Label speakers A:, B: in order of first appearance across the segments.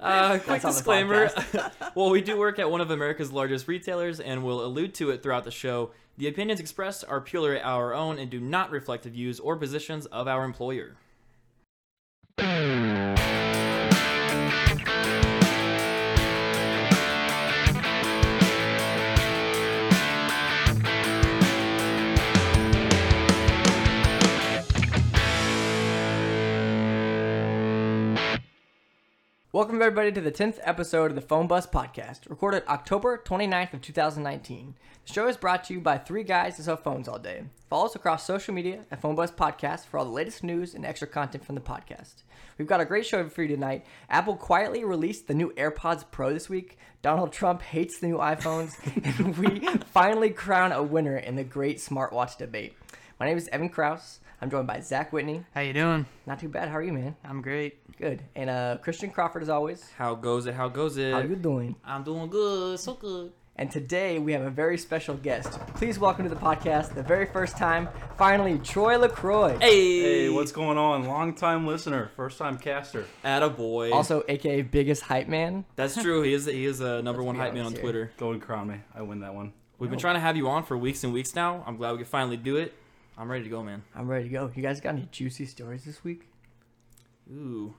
A: Uh, quick
B: That's on the
A: disclaimer. While we do work at one of America's largest retailers and will allude to it throughout the show, the opinions expressed are purely our own and do not reflect the views or positions of our employer.
B: Welcome everybody to the 10th episode of the Phone Bus Podcast, recorded October 29th of 2019. The show is brought to you by three guys that sell phones all day. Follow us across social media at Phone Bus Podcast for all the latest news and extra content from the podcast. We've got a great show for you tonight. Apple quietly released the new AirPods Pro this week. Donald Trump hates the new iPhones, and we finally crown a winner in the great smartwatch debate. My name is Evan Kraus. I'm joined by Zach Whitney.
C: How you doing?
B: Not too bad. How are you, man?
C: I'm great.
B: Good. And uh, Christian Crawford, as always.
A: How goes it? How goes it?
B: How you doing?
A: I'm doing good. So good.
B: And today we have a very special guest. Please welcome to the podcast, the very first time, finally, Troy LaCroix.
A: Hey.
D: Hey, what's going on? Long time listener, first time caster.
A: Attaboy.
B: Also, aka Biggest Hype Man.
A: That's true. He is he is a number
B: Let's
A: one
B: be
A: hype man on
B: honest here.
A: Twitter.
D: Go and crown me. I win that one.
A: We've been
B: No.
A: trying to have you on for weeks and weeks now. I'm glad we could finally do it. I'm ready to go, man.
B: I'm ready to go. You guys got any juicy stories this week?
A: Ooh.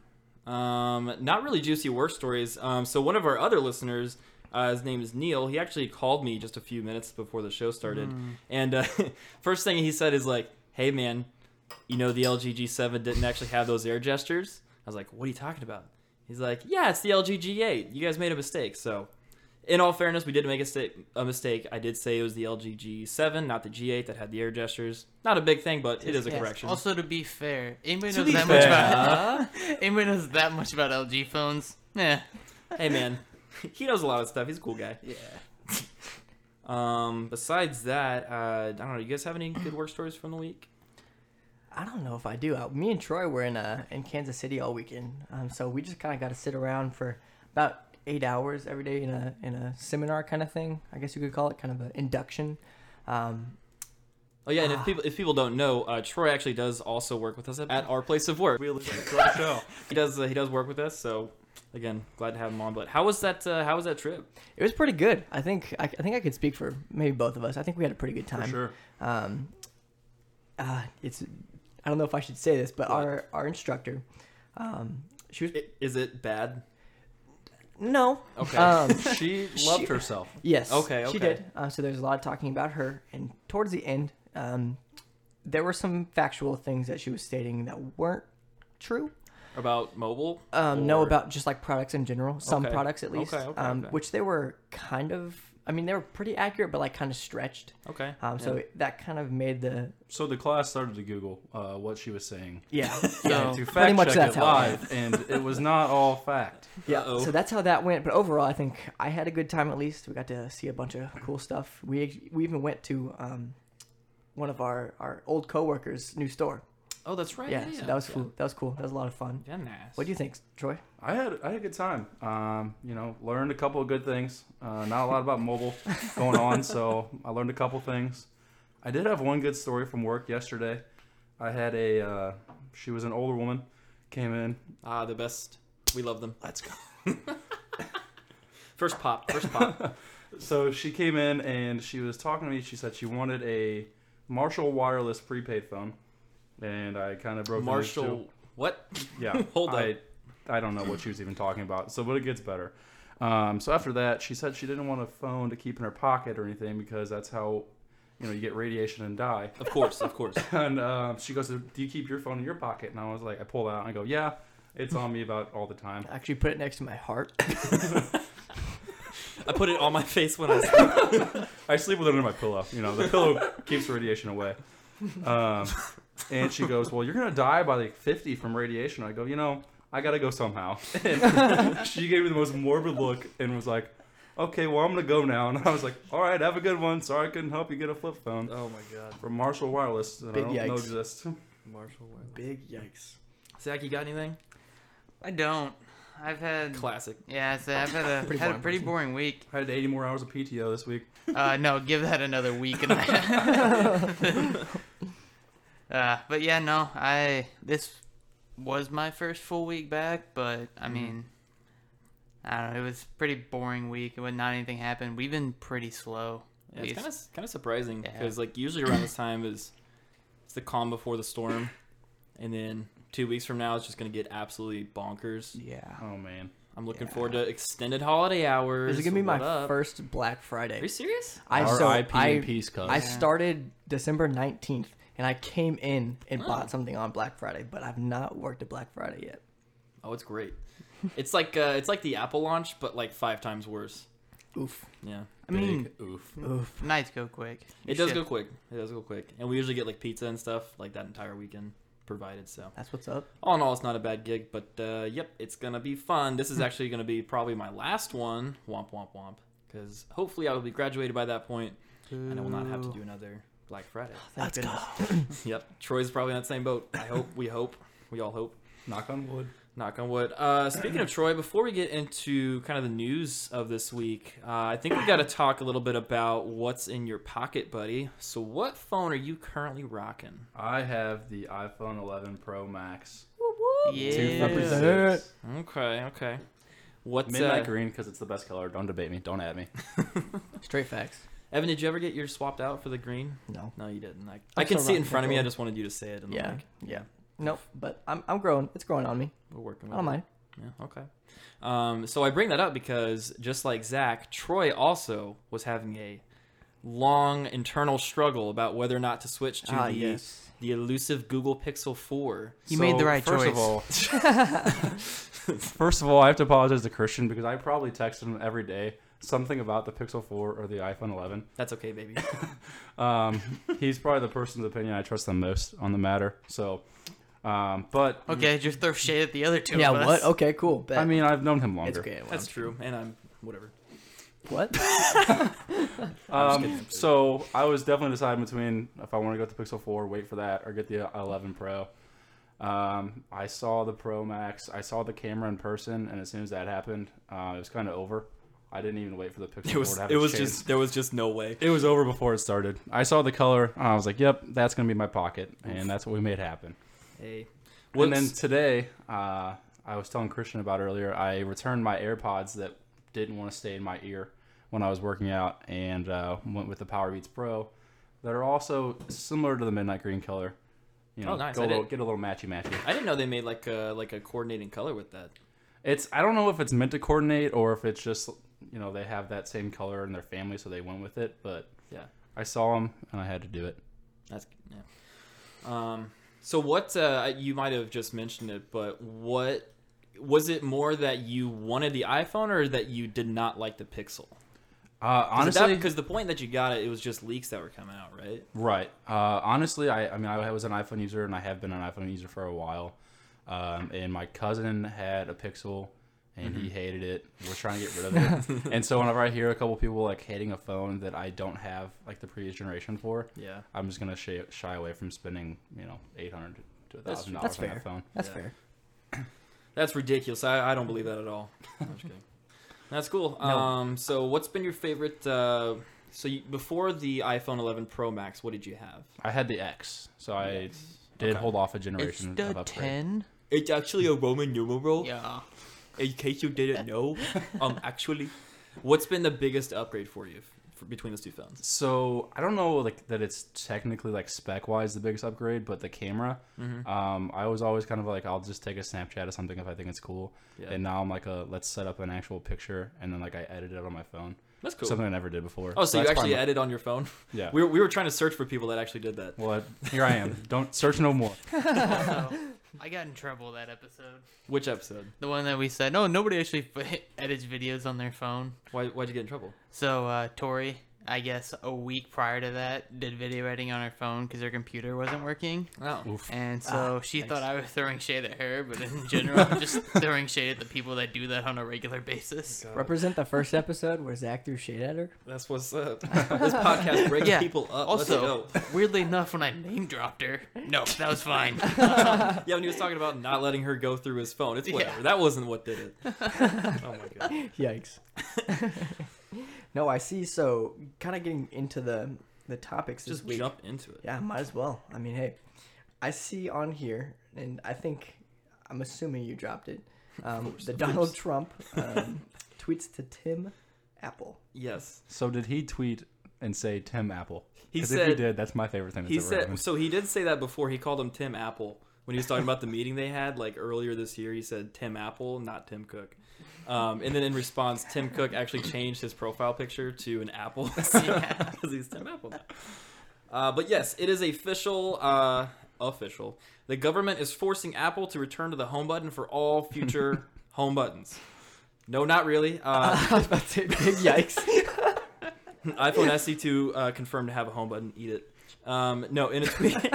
A: Um, not really juicy war stories. Um, so one of our other listeners, uh, his name is Neil. He actually called me just a few minutes before the show started,
B: Hmm.
A: and uh, first thing he said is like, "Hey man, you know the LG G7 didn't actually have those air gestures." I was like, "What are you talking about?" He's like, "Yeah, it's the LG G8. You guys made a mistake." So, in all fairness, we did make a, sta- a mistake. I did say it was the LG G7, not the G8 that had the air gestures. Not a big thing, but it is a
B: Yes.
A: correction.
C: Also, to be fair, anybody
D: To
C: knows
D: be
C: that
D: fair.
C: much about anybody knows that much about LG phones. Yeah,
A: hey man, he knows a lot of stuff. He's a cool guy.
C: yeah.
A: Um, besides that, uh, I don't know. You guys have any good work stories from the week?
B: I don't know if I do. Uh, me and Troy were in uh, in Kansas City all weekend, um, so we just kind of got to sit around for about eight hours every day in a in a seminar kind of thing. I guess you could call it kind of an induction. Um,
A: Oh yeah, and if people if people don't know, uh, Troy actually does also work with us at our place of work.
D: Really good show.
A: He does uh, he does work with us, so again, glad to have him on. But how was that? Uh, how was that trip?
B: it was pretty good. I think I, I think I could speak for maybe both of us. I think we had a pretty good time.
D: For sure.
B: um, uh, it's I don't know if I should say this, but
A: What?
B: our our instructor, um, she was
A: I- Is it bad?
B: no,
A: Okay.
B: um,
D: She loved herself.
B: yes,
A: Okay, okay.
B: she did. Uh, so there's a lot of talking about her, and towards the end, um, there were some factual things that she was stating that weren't true.
A: About mobile?
B: um, know
A: Or-
B: about just like products in general, some
A: Okay.
B: products at least,
A: Okay, okay,
B: um,
A: okay.
B: which they were kind of. I mean, they were pretty accurate, but like kind of stretched.
A: Okay.
B: Um, so that kind of made the
D: So the class started to Google uh, what she was saying.
B: yeah
D: and
C: So
D: to
B: pretty
D: fact
B: much
D: check
B: that's
D: it
B: how it
D: live, and it was not all fact.
B: Yeah.
A: Uh-oh.
B: So that's how that went. But overall, I think I had a good time. At least we got to see a bunch of cool stuff. We ex- we even went to um, one of our our old coworkers' new store.
A: oh, that's right.
B: Yeah.
A: yeah,
B: So that was
A: yeah.
B: cool. That was cool. That was a lot of fun.
A: Yeah, nice.
B: What do you think, Troy?
D: I had I had a good time. Um, you know, learned a couple of good things. Uh, not a lot about mobile going on, so I learned a couple things. I did have one good story from work yesterday. I had a uh, she was an older woman, came in.
A: Ah, the best. We love them.
D: Let's go.
A: First pop. First pop.
D: So she came in and she was talking to me. She said she wanted a Marshall wireless prepaid phone, and I kind of broke the news to-
A: Marshall. What?
D: Yeah,
A: Hold
D: I, I don't know what she was even talking about. So, but it gets better. Um, so after that, she said she didn't want a phone to keep in her pocket or anything because that's how, you know, you get radiation and die.
A: Of course. Of course.
D: And um, she goes, "Do you keep your phone in your pocket?" And I was like, I pulled out and I go, "Yeah, it's on me about all the time."
B: I actually put it next to my heart.
A: I put it on my face when I.
D: I sleep with it under my pillow. You know, the pillow keeps radiation away. Um, and she goes, "Well, you're gonna die by like 50 from radiation." I go, "You know, I gotta go somehow." And she gave me the most morbid look and was like, "Okay, well, I'm gonna go now." And I was like, "All right, have a good one. Sorry, I couldn't help you get a flip phone
A: Oh my god.
D: from Marshall Wireless that
B: Big
D: I don't know
B: yikes.
D: exists."
A: Marshall.
B: Big yikes.
A: Zach, you got anything?
C: I don't. I've had
B: Mm.
A: Classic.
C: yeah. I said I've had a
B: Pretty
C: had a
B: boring
C: pretty
B: person.
C: boring week.
D: I had 80 more hours of PTO this week.
C: Uh, no, give that another week. And I... uh, but yeah, no.
A: Mm-hmm.
C: I this was my first full week back, but I mean, I don't know. It was a pretty boring week. It was not anything happened. We've been pretty slow.
A: Yeah,
C: We
A: it's
C: just-
A: kind of kind of surprising
C: Yeah.
A: because like usually around this time is it's the calm before the storm, and then two weeks from now it's just gonna get absolutely bonkers.
B: Yeah.
D: Oh man.
A: I'm looking
B: Yeah.
A: forward to extended holiday hours.
B: This is gonna be my
A: What up?
B: first Black
A: Are you
B: Friday.
A: serious?
B: I so
D: R.I.P. in
B: I,
D: peace, cuz.
B: I
C: Yeah.
B: started December nineteenth, and I came in and
A: Oh.
B: bought something on Black Friday, but I've not worked at Black Friday yet.
A: Oh, it's great. it's like uh, it's like the Apple launch, but like five times worse.
B: Oof.
A: Yeah,
C: I mean,
D: Big
A: Hmm.
D: oof.
B: Oof.
C: nights go quick.
A: it does
C: Shit.
A: go quick. It does go quick, and we usually get like pizza and stuff like that entire weekend provided. So
B: That's what's up.
A: all in all, it's not a bad gig, but uh, yep, it's gonna be fun. This is actually gonna be probably my last one. Womp womp womp. Because hopefully I will be graduated by that point, and I will not have to
C: Boo.
A: do another Black Friday.
B: Thank
C: Let's go.
A: yep, Troy's probably in that same boat. I hope. We hope. We all hope.
D: Knock on wood.
A: Knock on wood. Uh, speaking of Troy, before we get into kind of the news of this week, uh, I think we got to talk a little bit about what's in your pocket, buddy. So, what phone are you currently rocking?
D: I have the iPhone 11 Pro Max.
C: Yeah.
A: Okay, okay. What's
D: Midnight
A: uh,
D: green because it's the best color. Don't debate me. Don't at me.
B: Straight facts.
A: Evan? Did you ever get yours swapped out for the green?
B: No.
A: No, you didn't. I,
B: I'm
A: I can
B: still
A: see it in
B: rocking
A: front of me. I
B: purple.
A: just wanted you to say it. And yeah,
B: Yeah. Yeah. Nope. But I'm I'm growing. It's growing on me.
A: we're working.
B: I
A: With
B: don't
A: it.
B: mind.
A: Yeah, okay. Um, so I bring that up because just like Zach, Troy also was having a long internal struggle about whether or not to switch to
B: Ah,
A: the,
B: yes.
A: the elusive Google Pixel 4.
C: You made the right
D: first
C: choice.
D: Of all, first of all, I have to apologize to Christian because I probably text him every day something about the Pixel 4 or the iPhone 11.
A: That's okay, baby.
D: Um, he's probably the person's opinion I trust the most on the matter. So, um, but
C: Okay, just throw shade at the other two.
B: Yeah.
C: of us.
B: What? Okay. Cool. Bet.
D: I mean, I've known him longer.
B: it's okay.
A: That's true. And I'm whatever.
B: What?
A: I'm just
D: Um,
A: kidding.
D: so I was definitely deciding between if I want to go with the Pixel 4, wait for that, or get the 11 Pro. Um, I saw the Pro Max. I saw the camera in person, and as soon as that happened, uh, it was kind of over. I didn't even wait for the Pixel
A: It
D: 4
A: was
D: to have
A: it
D: a
A: was
D: chance.
A: just there was just no way.
D: It was over before it started. I saw the color, and I was like, "Yep, that's gonna be my pocket," and that's what we made happen.
A: Hey.
D: And then today, uh, I was telling Christian about earlier. I returned my AirPods that didn't want to stay in my ear when I was working out, and uh, went with the Power Beats Pro that are also similar to the midnight green color. You know,
A: Oh, nice.
D: go
A: I
D: a little,
A: did-
D: get a little matchy matchy.
A: I didn't know they made like a like a coordinating color with that.
D: It's I don't know if it's meant to coordinate or if it's just you know they have that same color in their family, so they went with it. But
A: Yeah.
D: I saw them and I had to do it.
A: That's yeah. Um so what uh you might have just mentioned it, but what was it more that you wanted the iPhone or that you did not like the Pixel?
D: Uh, honestly,
A: because the point that you got it, it was just leaks that were coming out, right?
D: Right. Uh, honestly, I, I mean, I was an iPhone user, and I have been an iPhone user for a while. Um, and my cousin had a Pixel, and he hated it. We're trying to get rid of it. and so whenever I hear a couple people like hating a phone that I don't have like the previous generation for,
A: Yeah.
D: I'm just gonna shy, shy away from spending you know 800 to
A: That's-
D: thousand
B: That's
D: dollars on
B: fair.
D: that phone.
B: That's
A: Yeah.
B: fair.
A: That's ridiculous. I, I don't believe that at all. I'm just kidding. That's cool. Um, so what's been your favorite? Uh, so you, before the iPhone 11 Pro Max, what did you have?
D: I had the X, so I did
A: Okay.
D: hold off a
C: It's
D: generation of
C: the
D: upgrade.
C: ten.
A: It's actually a Roman numeral.
C: Yeah.
A: In case you didn't know, um, actually, what's been the biggest upgrade for you f- between those two phones?
D: So I don't know like that it's technically like spec wise the biggest upgrade, but the camera.
A: Mm-hmm.
D: Um, I was always kind of like I'll just take a Snapchat of something if I think it's cool,
A: Yeah.
D: and now I'm like a let's set up an actual picture and then like I edit it on my phone.
A: That's cool.
D: Something I never did before.
A: oh, so, you
D: that's
A: actually
D: probably
A: added on your phone?
D: my- yeah.
A: We were, we were trying to search for people that actually did that.
D: well, I- here I am. Don't search no more.
C: I got in trouble that episode.
A: Which episode?
C: The one that we said, no, nobody actually edits videos on their phone.
A: Why why'd you get in trouble?
C: So uh, Tori, I guess a week prior to that, did video editing on her phone because her computer wasn't working,
A: Oh,
C: and so she thought I was throwing shade at her, but in general, I'm just throwing shade at the people that do that on a regular basis.
B: Represent the first episode where Zach threw shade at her.
A: that's what's up. this podcast breaks
C: Yeah.
A: people up.
C: Also,
A: Let's go.
C: weirdly enough, when I name dropped her, no, that was fine.
A: Yeah, when he was talking about not letting her go through his phone, it's
C: Yeah.
A: whatever. That wasn't what did it. oh my god.
B: Yikes. no, I see. So, kind of getting into the the topics this
A: Just
B: week.
A: jump into it.
B: Yeah, might as well. I mean, hey, I see on here, and I think I'm assuming you dropped it. Um, the Donald Trump um, tweets to Tim Apple.
A: Yes.
D: So did he tweet and say Tim Apple?
A: He
D: 'Cause if
A: said-
D: he did, that's my favorite thing that's
A: He
D: ever
A: said
D: happened.
A: so he did say that before he called him Tim Apple when he was talking about the meeting they had like earlier this year he said Tim Apple not Tim Cook. Um, and then in response Tim Cook actually changed his profile picture to an apple because he's Tim Apple. now. Uh, but yes, it is official uh, official. The government is forcing Apple to return to the home button for all future home buttons. No, not really. Uh,
B: I was about to say, big yikes.
A: iPhone SE2 uh, confirmed to have a home button. Eat it. Um, no, in a tweet.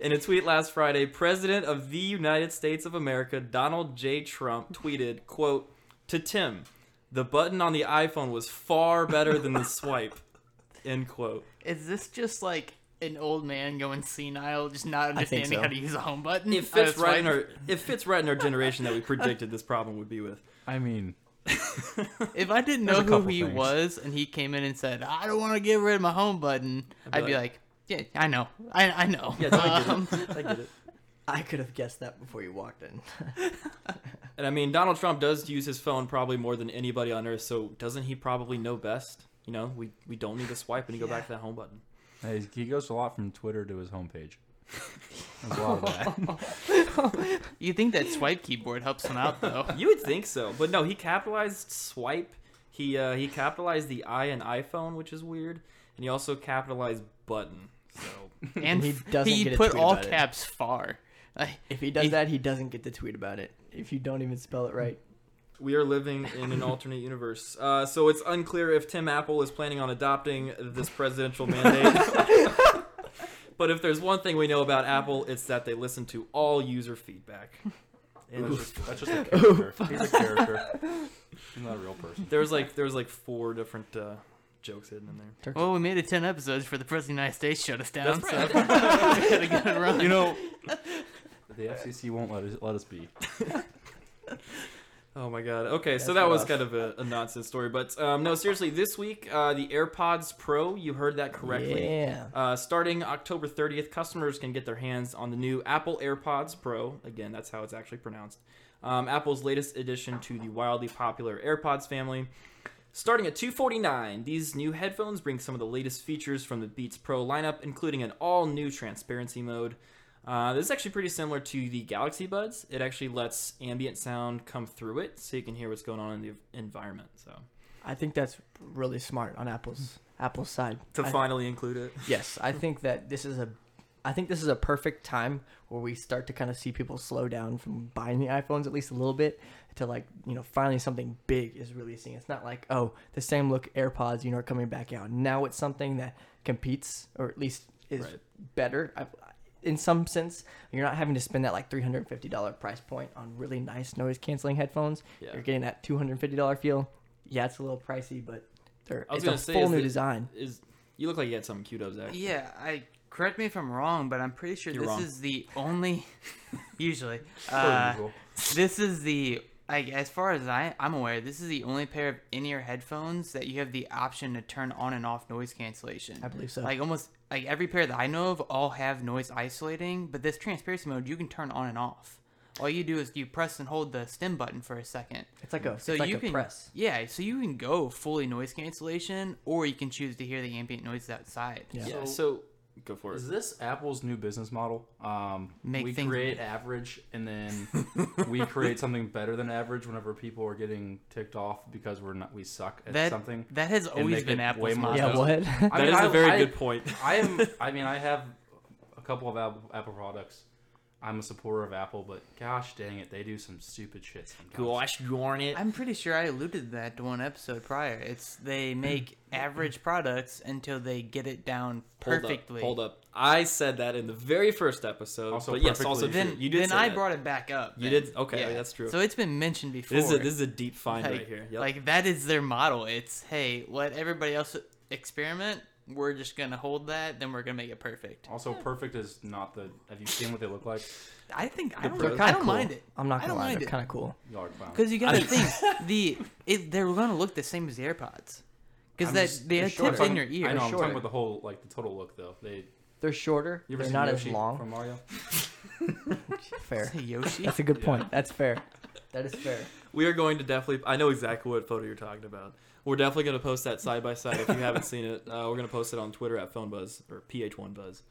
A: In a tweet last Friday, President of the United States of America, Donald J. Trump, tweeted, quote, to Tim, the button on the iPhone was far better than the swipe, end quote.
C: Is this just like an old man going senile, just not
B: I think
C: understanding
B: so.
C: how to use a home button?
A: It
C: I
A: fits
C: was
A: right in
C: like,
A: our it fits right in our generation that we predicted this problem would be with.
D: I mean,
C: If I didn't
D: There's
C: know
D: a
C: who
D: couple
C: he
D: things.
C: was and he came in and said, "I don't want to get rid of my home button," I'd be, like, "Yeah, I know, I, I know."
A: Yeah, no, I get
C: Um,
A: it. I get it.
B: I could have guessed that before you walked in.
A: And I mean, Donald Trump does use his phone probably more than anybody on earth, so doesn't he probably know best? You know, we, we don't need to swipe and go back to that home button.
D: hey, he goes a lot from Twitter to his homepage. There's a lot of that.
C: you think that swipe keyboard helps him out though?
A: You would think so, but no, he capitalized swipe. He uh, he capitalized the I in iPhone, which is weird, and he also capitalized button. So
C: And
B: He
C: he
B: doesn't
C: He
B: get a
C: put
B: tweet
C: all
B: about it.
C: caps far. Like,
B: If he does
C: He-
B: that, he doesn't get to tweet about it. If you don't even spell it right.
A: we are living in an alternate universe. Uh, so it's unclear if Tim Apple is planning on adopting this presidential mandate. but if there's one thing we know about Apple, it's that they listen to all user feedback. And
D: That's just, that's just a character. He's a character. He's not a real person.
A: there was like there was like four different uh, jokes hidden in there.
C: well,
B: Oh,
C: we made it ten episodes for the President of the United States shut us down,
A: That's
C: so
A: right.
C: we gotta get it right.
D: You know, the FCC won't let us let us be.
A: Oh my god. Okay, so
D: That's
A: that was
D: rough.
A: kind of a, a nonsense story, but um, no, seriously, this week uh, the AirPods Pro, you heard that correctly.
B: Yeah.
A: Uh, starting October 30th, customers can get their hands on the new Apple AirPods Pro. Again, that's how it's actually pronounced. Um, Apple's latest addition to the wildly popular AirPods family. Starting at 249, these new headphones bring some of the latest features from the Beats Pro lineup, including an all-new transparency mode. Uh, this is actually pretty similar to the Galaxy Buds. It actually lets ambient sound come through it, so you can hear what's going on in the environment. So
B: I think that's really smart on Apple's Apple's side. I-
A: finally include it,
B: yes, I think that this is a I think this is a perfect time where we start to kind of see people slow down from buying the iPhones at least a little bit to like, you know, finally something big is releasing. It's not like, oh, the same look AirPods, you know, are coming back out. Now it's something that competes or at least is
A: Right.
B: better. I, in some sense, you're not having to spend that like $350 price point on really nice noise canceling headphones.
A: Yeah.
B: You're getting that $250 feel. Yeah, it's a little pricey, but they're,
A: I was
B: it's a
A: gonna say,
B: full
A: is
B: new
A: the-
B: design.
A: is you look like you had something queued up, Zach.
C: Yeah, I correct me if I'm wrong, but I'm pretty sure
A: You're
C: this
A: wrong.
C: is the only usually
D: Per
C: uh,
D: usual.
C: this is the I, as far as I, I'm aware, this is the only pair of in-ear headphones that you have the option to turn on and off noise cancellation.
B: I believe so.
C: Like almost like every pair that I know of all have noise isolating, but this transparency mode you can turn on and off. All you do is you press and hold the stem button for a second.
B: It's like a,
C: So
B: it's like
C: you
B: a
C: can
B: press.
C: yeah, so you can go fully noise cancellation, or you can choose to hear the ambient noise outside.
B: Yeah.
A: Yeah. So,
D: So-
A: go for it.
D: Is this Apple's new business model? Um,
C: Make
D: we
C: things-
D: create average, and then we create something better than average whenever people are getting ticked off because we're not we suck at
C: that
D: something.
C: that has always
D: make
C: been
D: it
C: Apple's
D: way more
C: motto.
B: Yeah,
D: Yeah,
B: what?
D: I
A: That
D: mean,
A: is a
D: I-
A: very
D: I-
A: good point.
D: I am. I mean, I have a couple of Apple, Apple products. I'm a supporter of Apple, but gosh dang it, they do some stupid shit sometimes.
A: darn it!
C: I'm pretty sure I alluded to that to one episode prior. It's
A: Mm.
C: they make average products until they get it down perfectly.
A: Hold up, hold up. I said that in the very first episode.
D: Also
A: but yes,
D: perfectly.
A: also
C: Then
A: true. you did.
C: then
A: say
C: I
A: that.
C: brought it back up.
A: You
C: then.
A: did- okay, that's true.
C: So it's been mentioned before.
A: This is a, this is a deep find
C: like,
A: right here. Yep.
C: like that is their model. It's hey, let everybody else experiment. We're just gonna hold that. Then we're gonna make it perfect.
D: Also, perfect is not the. Have you seen what they look like?
C: I think I
A: pros.
C: don't, I don't mind it.
B: I'm not
C: I
B: gonna
C: don't
B: lie,
C: mind
B: they're
C: it.
B: kind of cool.
D: Y'all are clowns.
C: Because you gotta think the it, they're gonna look the same as the AirPods. Because
D: I'm
C: that
D: just-
C: they
D: they're
C: are
D: short.
C: tipped
D: I'm
C: in your
D: talking-
C: ear.
D: I know. I'm
B: Short.
D: talking about the whole like the total look though. They
B: They're shorter.
A: You ever
B: they're
A: seen
B: not
A: Yoshi
B: as long.
A: from Mario?
B: Fair.
C: Say Yoshi.
B: That's a good point. That's fair. That is fair.
A: We are going to definitely. I know exactly what photo you're talking about. We're definitely going to post that side by side if you haven't seen it. Uh, we're going to post it on Twitter at PhoneBuzz or PH1Buzz.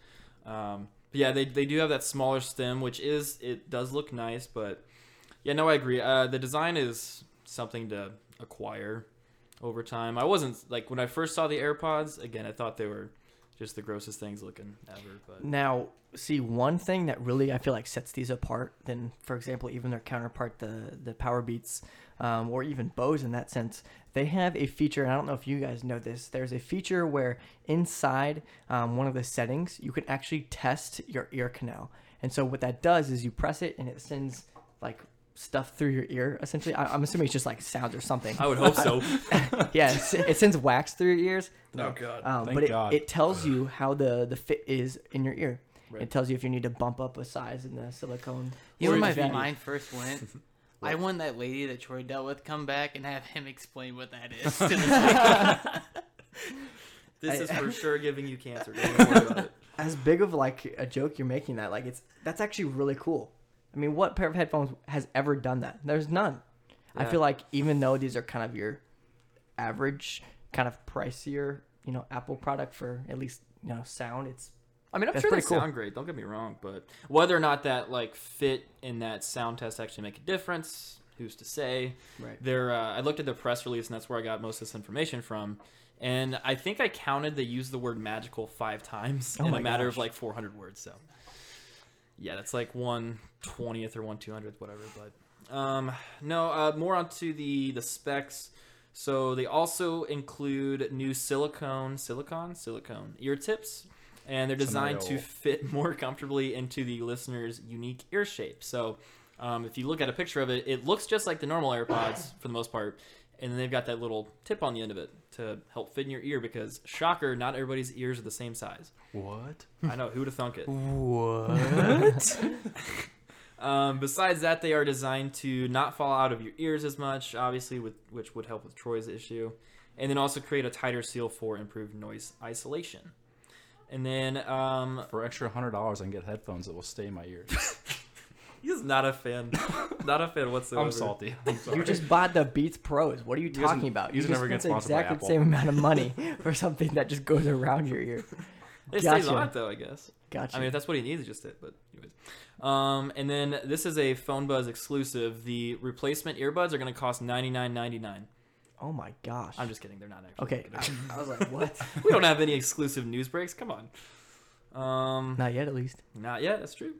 A: Um, but yeah, they, they do have that smaller stem, which is it does look nice, but yeah, no, I agree. Uh, the design is something to acquire over time. I wasn't like when I first saw the AirPods. Again, I thought they were just the grossest things looking ever. But
B: Now, see one thing that really I feel like sets these apart than, for example, even their counterpart, the the Power Beats, um, or even Bose in that sense. They have a feature, and I don't know if you guys know this. There's a feature where inside um, one of the settings, you can actually test your ear canal. And so what that does is you press it, and it sends like stuff through your ear. Essentially, I, I'm assuming it's just like sounds or something.
A: I would hope so.
B: yes, it sends wax through your ears.
A: oh God.
B: Um,
D: Uh, Thank
B: but it,
D: God.
B: it tells you how the, the fit is in your ear.
A: Right.
B: It tells you if you need to bump up a size in the silicone.
C: You
B: or
C: know,
B: if
C: where
B: you-
C: my mind first went. I want that lady that Troy dealt with come back and have him explain what that is. to the-
A: This
B: I-
A: is for sure giving you cancer. Don't even worry about it.
B: As big of like a joke you're making that like it's that's actually really cool. I mean, what pair of headphones has ever done that? There's none. I
A: Yeah.
B: feel like even though these are kind of your average, kind of pricier, you know, Apple product for at least you know sound, it's
A: I mean, I'm
B: That's
A: sure they
B: pretty cool.
A: sound great. Don't get me wrong, but whether or not that like fit in that sound test actually make a difference, who's to say?
B: right.
A: There, uh, I looked at the press release, and that's where I got most of this information from. And I think I counted they used the word magical five times
B: Oh
A: in
B: my
A: a matter
B: gosh.
A: of like 400 words. So, yeah, that's like one twentieth or one two hundredth, whatever. But um, no, uh, more onto the the specs. So they also include new silicone, silicone, silicone ear tips, and they're designed to
D: Tomato.
A: fit more comfortably into the listener's unique ear shape. So um, if you look at a picture of it, it looks just like the normal AirPods for the most part, and then they've got that little tip on the end of it to help fit in your ear because shocker, not everybody's ears are the same size.
D: What?
A: I know who'd have thunk it.
C: what?
A: Um, besides that, they are designed to not fall out of your ears as much, obviously, with which would help with Troy's issue, and then also create a tighter seal for improved noise isolation. And then um,
D: For extra hundred dollars, I can get headphones that will stay in my ears.
A: he's not a fan, not a fan whatsoever.
D: I'm salty. I'm sorry.
B: You just bought the Beats Pros. What are you
D: guys-
B: talking about?
D: you
B: You
D: guys
B: just
D: never get
B: spent the
D: sponsored by
B: exact
D: Apple.
B: same amount of money for something that just goes around your ear.
A: It stays
B: Gotcha.
A: on it though, I guess.
B: Gotcha.
A: I mean, if that's what he needs, just it. But anyways, um, and then this is a phone buzz exclusive. The replacement earbuds are going to cost ninety nine ninety nine.
B: oh my gosh.
A: I'm just kidding. They're not actually.
B: okay. I, I was like, what?
A: we don't have any exclusive news breaks. Come on. Um,
B: Not yet, at least.
A: Not yet. That's true.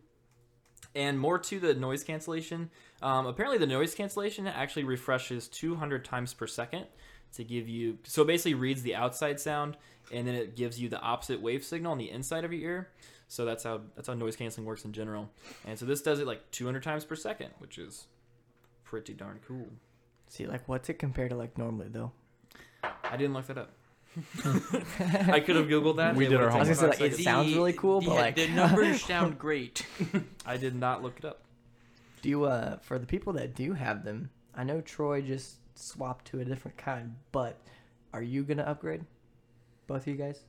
A: And more to the noise cancellation. Um, apparently, the noise cancellation actually refreshes 200 times per second to give you. So it basically reads the outside sound, and then it gives you the opposite wave signal on the inside of your ear. So that's how that's how noise canceling works in general. And so this does it like 200 times per second, which is pretty darn cool.
B: See, like, what's it compared to like normally though?
A: I didn't look that up. I could have googled that.
D: We
A: It
D: did our
A: would've
D: homework. I was
A: taken
B: say,
D: gonna
A: five
B: like, it
A: seconds.
B: it's- sounds really cool, but,
C: yeah,
B: like-
C: the numbers sound great.
A: I did not look it up.
B: Do you uh for the people that do have them? I know Troy just swapped to a different kind, but are you gonna upgrade? Both of you guys?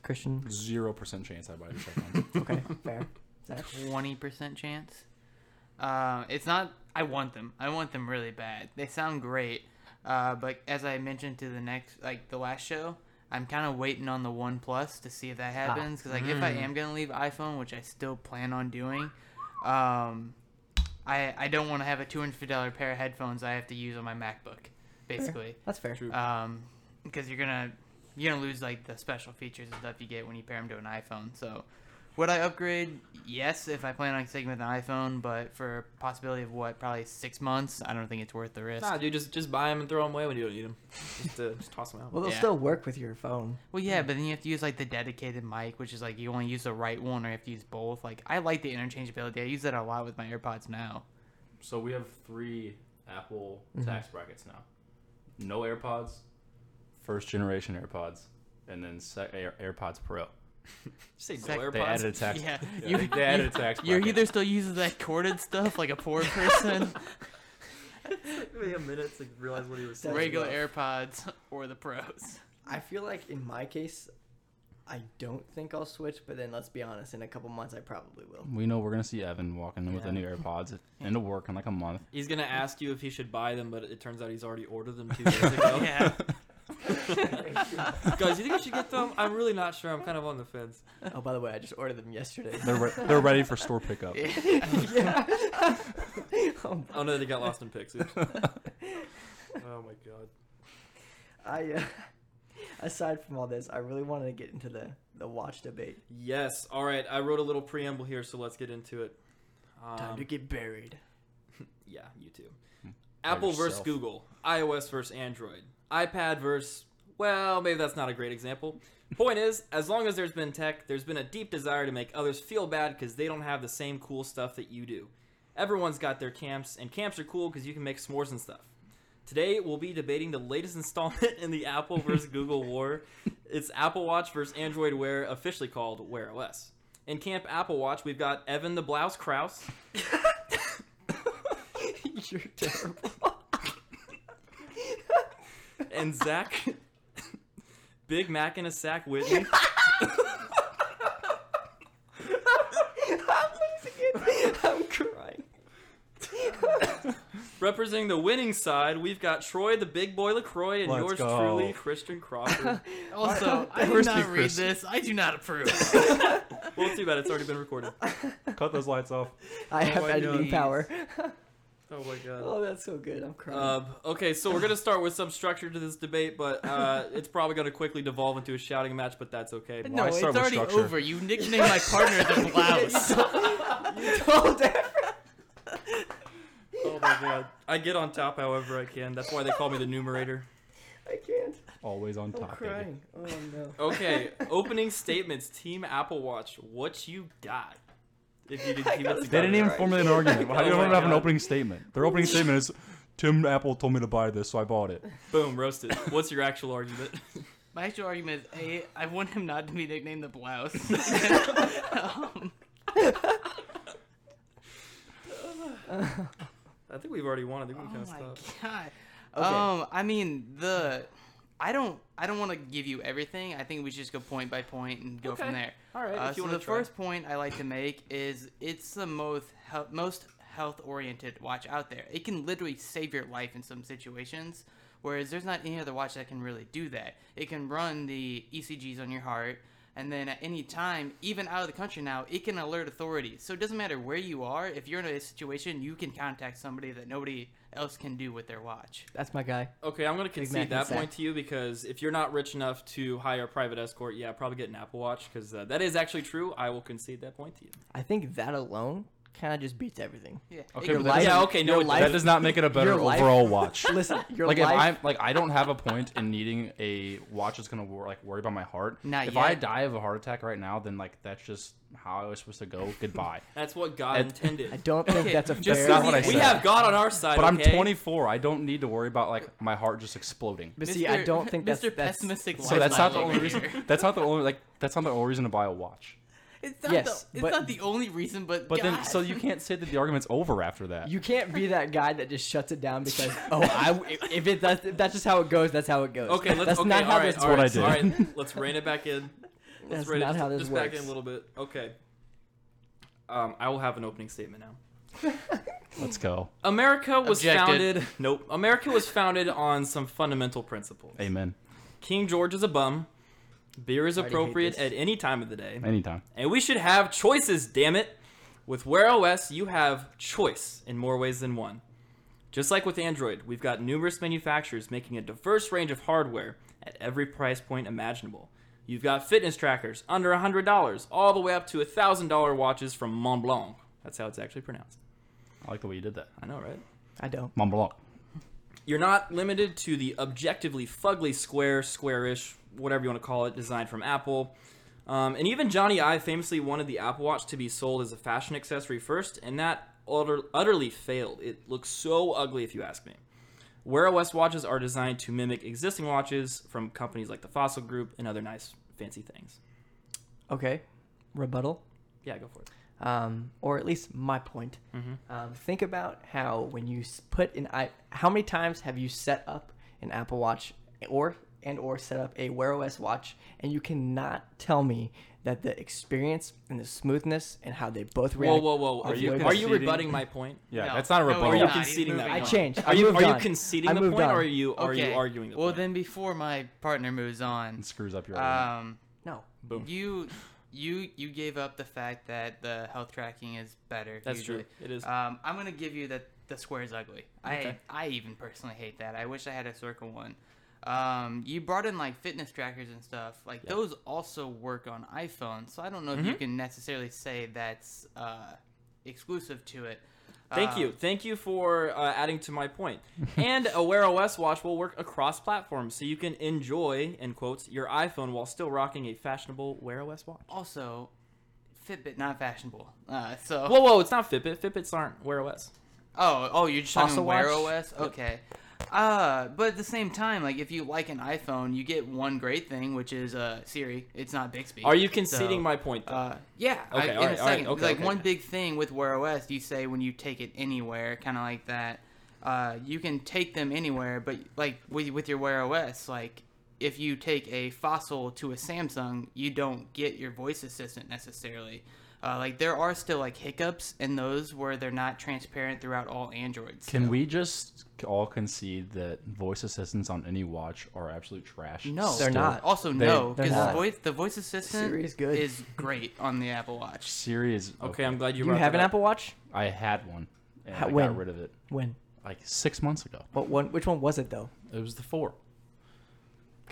B: Christian.
D: Zero percent chance I buy these headphones.
B: Okay, fair. Zach?
C: Twenty percent chance. Um, it's not. I want them. I want them really bad. They sound great. Uh, but as I mentioned to the next, like the last show, I'm kind of waiting on the One Plus to see if that happens. Because like if I am gonna leave iPhone, which I still plan on doing, um, I I don't want to have a two hundred fifty dollar pair of headphones I have to use on my MacBook, basically.
B: That's fair.
A: True.
C: Um, because you're gonna you're gonna lose like the special features and stuff you get when you pair them to an iPhone. So, would I upgrade? Yes, if I plan on sticking with an iPhone, but for a possibility of what, probably six months, I don't think it's worth the risk.
A: Nah, dude, just just buy them and throw them away when you don't need them. Just, uh, just toss them out.
B: Well, they'll
C: Yeah.
B: still work with your phone.
C: Well, yeah, but then you have to use like the dedicated mic, which is like you only use the right one, or you have to use both. Like I like the interchangeability. I use that a lot with my AirPods now.
D: So we have three Apple tax brackets now. No AirPods, first generation AirPods, and then sec- Air- AirPods Pro.
A: Say no
C: Sec-
A: AirPods.
D: They added a tax.
C: Yeah,
D: Yeah, they- they added a tax
C: You're
D: bracket.
C: either still using that corded stuff like a poor person,
A: Give me a minute to realize what he was
B: That's
C: regular
B: rough.
C: AirPods, or the pros.
B: I feel like in my case, I don't think I'll switch, but then let's be honest, in a couple months I probably will.
D: We know we're gonna see Evan walking in with the
C: Yeah.
D: new AirPods at the end of work in like a month.
A: He's gonna ask you if he should buy them, but it turns out he's already ordered them two days ago.
C: yeah.
A: Guys, you think I should get them? I'm really not sure. I'm kind of on the fence.
B: Oh, by the way, I just ordered them yesterday.
D: They're re- they're ready for store pickup.
B: yeah. oh,
A: Oh no, they got lost in picks. Oops. oh my god.
B: I. Uh, aside from all this, I really wanted to get into the the watch debate.
A: Yes. All right. I wrote a little preamble here, so let's get into it.
B: Time to
A: Um,
B: get buried.
A: yeah, you too.
D: Hmm.
A: Apple versus
D: yourself.
A: Google. iOS versus Android. iPad versus. Well, maybe that's not a great example. Point is, as long as there's been tech, there's been a deep desire to make others feel bad because they don't have the same cool stuff that you do. Everyone's got their camps, and camps are cool because you can make s'mores and stuff. Today, we'll be debating the latest installment in the Apple versus Google war. It's Apple Watch versus Android Wear, officially called Wear OS. In Camp Apple Watch, we've got Evan the Blouse Kraus.
B: You're terrible.
A: and Zach, Big Mac in a sack Whitney,
B: I'm losing it. I'm crying.
A: representing the winning side, we've got Troy, the big boy Lacroix, and
D: Let's
A: yours
D: go.
A: truly, Christian Crawford.
C: Also, I did
D: Where's
C: not
D: the
C: read
D: Chris?
C: this. I do not approve.
A: well, too bad it's already been recorded.
D: Cut those lights off.
B: I have
D: my
B: editing
D: God.
B: power.
A: Oh my god.
B: Oh, that's so good. I'm crying.
A: Uh, okay, so we're gonna start with some structure to this debate, but uh, it's probably gonna quickly devolve into a shouting match. But that's okay.
C: no,
D: Why
C: it's
D: start with
C: already
D: structure?
C: over. You nicknamed my partner the blouse.
B: told everyone.
A: Oh my god. I get on top however I can. That's why they call me the numerator.
B: I can't.
D: Always
B: I'm
D: on top. baby.
B: crying. Oh no.
A: Okay, opening statements. Team Apple Watch. What you got? If you
B: I
A: can keep
B: got
A: it
B: it.
A: together.
D: They didn't even
B: Right.
D: formulate an argument. How do you
A: Oh
D: not
A: my
D: have an
A: God.
D: opening statement? Their opening statement is, "Tim Apple told me to buy this, so I bought it."
A: Boom, roasted. What's your actual argument?
C: My actual argument is A, I want him not to be nicknamed the blouse. um,
A: I think we've already won. I think we
C: oh
A: kind of
C: my
A: stopped.
C: god.
B: Okay.
C: Um, I mean the I don't I don't want to give you everything. I think we should just go point by point and go
A: Okay.
C: from there.
A: All right,
C: Uh,
A: if you
C: so
A: wanna
C: the
A: try.
C: first point I like to make is it's the most health, most health oriented watch out there. It can literally save your life in some situations, whereas there's not any other watch that can really do that. It can run the ECGs on your heart. And then at any time, even out of the country now, it can alert authorities. So it doesn't matter where you are. If you're in a situation, you can contact somebody that nobody else can do with their watch.
B: That's my guy.
A: Okay, I'm going to
B: Mac
A: concede
B: and
A: that
B: Sack.
A: point to you because if you're not rich enough to hire a private escort, yeah, probably get an Apple Watch because uh, that is actually true. I will concede that point to you.
B: I think that alone kind of just beats everything.
C: Yeah.
D: Okay,
C: It-
D: but that's-
A: Yeah, okay, no,
B: your
A: it
D: That
B: life,
D: does not make it a better
B: Your life-
D: overall watch.
B: Listen, your
D: like if
B: life.
D: I'm like I don't have a point in needing a watch that's gonna wor- like worry about my heart.
C: Not
D: if
C: yet.
D: I die of a heart attack right now, then like that's just how I was supposed to go. Goodbye.
A: That's what God
D: Ed-
A: intended.
B: I don't think
C: Okay,
B: that's a
D: just
B: fair.
D: not what I
A: we
D: said.
A: have God on our side.
D: but I'm
A: okay?
D: 24. I don't need to worry about like my heart just exploding.
B: But see, I don't think that's
C: Mr.
B: that's.
C: pessimistic.
D: So that's not the
C: lifestyle
D: only
C: over
D: reason.
C: here.
D: That's not the only like that's not the only reason to buy a watch.
C: It's not
B: Yes,
C: the, it's
B: but-
C: not the only reason, but
D: But then
C: God.
D: so you can't say that the argument's over after that.
B: You can't be that guy that just shuts it down because oh I if it that's if that's just how it goes that's how it goes.
A: Okay, let's.
B: that's
A: okay,
B: not how
A: all right,
B: this
A: all
D: what
A: right,
D: I
B: works.
D: did.
A: All right, let's rein it back in. Let's
B: That's
A: rein it
B: not
A: just,
B: how this
A: just back
B: works.
A: in a little bit. Okay. Um, I will have an opening statement now.
D: Let's go.
A: America was
C: Objected.
A: founded. Nope. America was founded on some fundamental principles.
D: Amen.
A: King George is a bum. Beer is
B: already hate
A: appropriate
B: this.
A: at any time of the day.
D: Anytime.
A: And we should have choices, damn it. With Wear OS, you have choice in more ways than one. Just like with Android, we've got numerous manufacturers making a diverse range of hardware at every price point imaginable. You've got fitness trackers under $100, all the way up to $1,000 watches from Montblanc. That's how it's actually pronounced.
D: I like the way you did that.
A: I know, right?
B: I don't.
D: Mont Blanc.
A: You're not limited to the objectively fugly square, squarish, whatever you want to call it, design from Apple. Um, and even Johnny I famously wanted the Apple Watch to be sold as a fashion accessory first, and that utter- utterly failed. It looks so ugly, if you ask me. Wear OS watches are designed to mimic existing watches from companies like the Fossil Group and other nice, fancy things.
B: Okay, rebuttal.
A: Yeah, go for it.
B: um, or at least my point.
A: Mm-hmm.
B: Um, think about how when you s- put an i, how many times have you set up an Apple Watch or and or set up a Wear OS watch, and you cannot tell me that the experience and the smoothness and how they both
A: Whoa,
B: react.
A: whoa, whoa! Are
B: Are
A: you
B: you
A: are you
D: conceding?
A: rebutting my point?
D: Yeah,
C: No.
D: that's not a
C: No,
D: rebuttal.
A: Are you
C: not. He's
A: conceding
C: moving
A: that?
B: I
C: on.
B: changed.
A: Are you
B: moved
A: are you
B: on.
A: conceding
B: I
A: the
B: moved
A: point,
B: on.
A: or are you are
C: okay.
A: you arguing the
C: well,
A: point?
C: then before my partner moves on,
D: It screws up your. argument.
C: um,
B: No.
A: Boom.
C: you you you gave up the fact that the health tracking is better.
A: That's
C: usually.
A: true. It is.
C: Um, I'm gonna give you that the square is ugly.
A: Okay.
C: I I even personally hate that. I wish I had a circle one. Um, you brought in like fitness trackers and stuff. Like those also work on iPhone, so I don't know if you
A: Mm-hmm.
C: can necessarily say that's uh, exclusive to it.
A: Thank
C: Um,
A: you. Thank you for uh, adding to my point. And a Wear OS watch will work across platforms, so you can enjoy, in quotes, your iPhone while still rocking a fashionable Wear OS watch.
C: Also, Fitbit not fashionable. Uh, so
A: Whoa, whoa, it's not Fitbit. Fitbits aren't Wear OS.
C: Oh, oh, you're just talking
B: Fossil
C: Wear
B: watch?
C: OS? Okay. Uh, but at the same time, like if you like an iPhone, you get one great thing, which is uh Siri. It's not Bixby.
A: Are you conceding
C: So,
A: my point, though?
C: Uh, yeah. I-
A: Okay,
C: in
A: alright,
C: a
A: alright,
C: second,
A: okay,
C: like
A: okay.
C: one big thing with Wear OS, you say when you take it anywhere, kind of like that. Uh, you can take them anywhere, but like with with your Wear OS, like if you take a fossil to a Samsung, you don't get your voice assistant necessarily. Uh, like there are still like hiccups in those where they're not transparent throughout all Androids.
D: Can we just all concede that voice assistants on any watch are absolute trash?
C: No,
B: They're not.
C: Uh, Also,
D: They-
C: no,
B: they're
C: because
B: not.
C: voice the voice assistant
B: Siri is good.
C: is great on the Apple Watch.
D: Siri is
A: okay, I'm glad you.
B: Do you
A: brought
B: have
A: that
B: an
A: up.
B: Apple Watch?
D: I had one. And
B: Ha-
D: I
B: when?
D: got rid of it
B: When?
D: like six months ago.
B: What one? Which one was it though?
D: It was the four.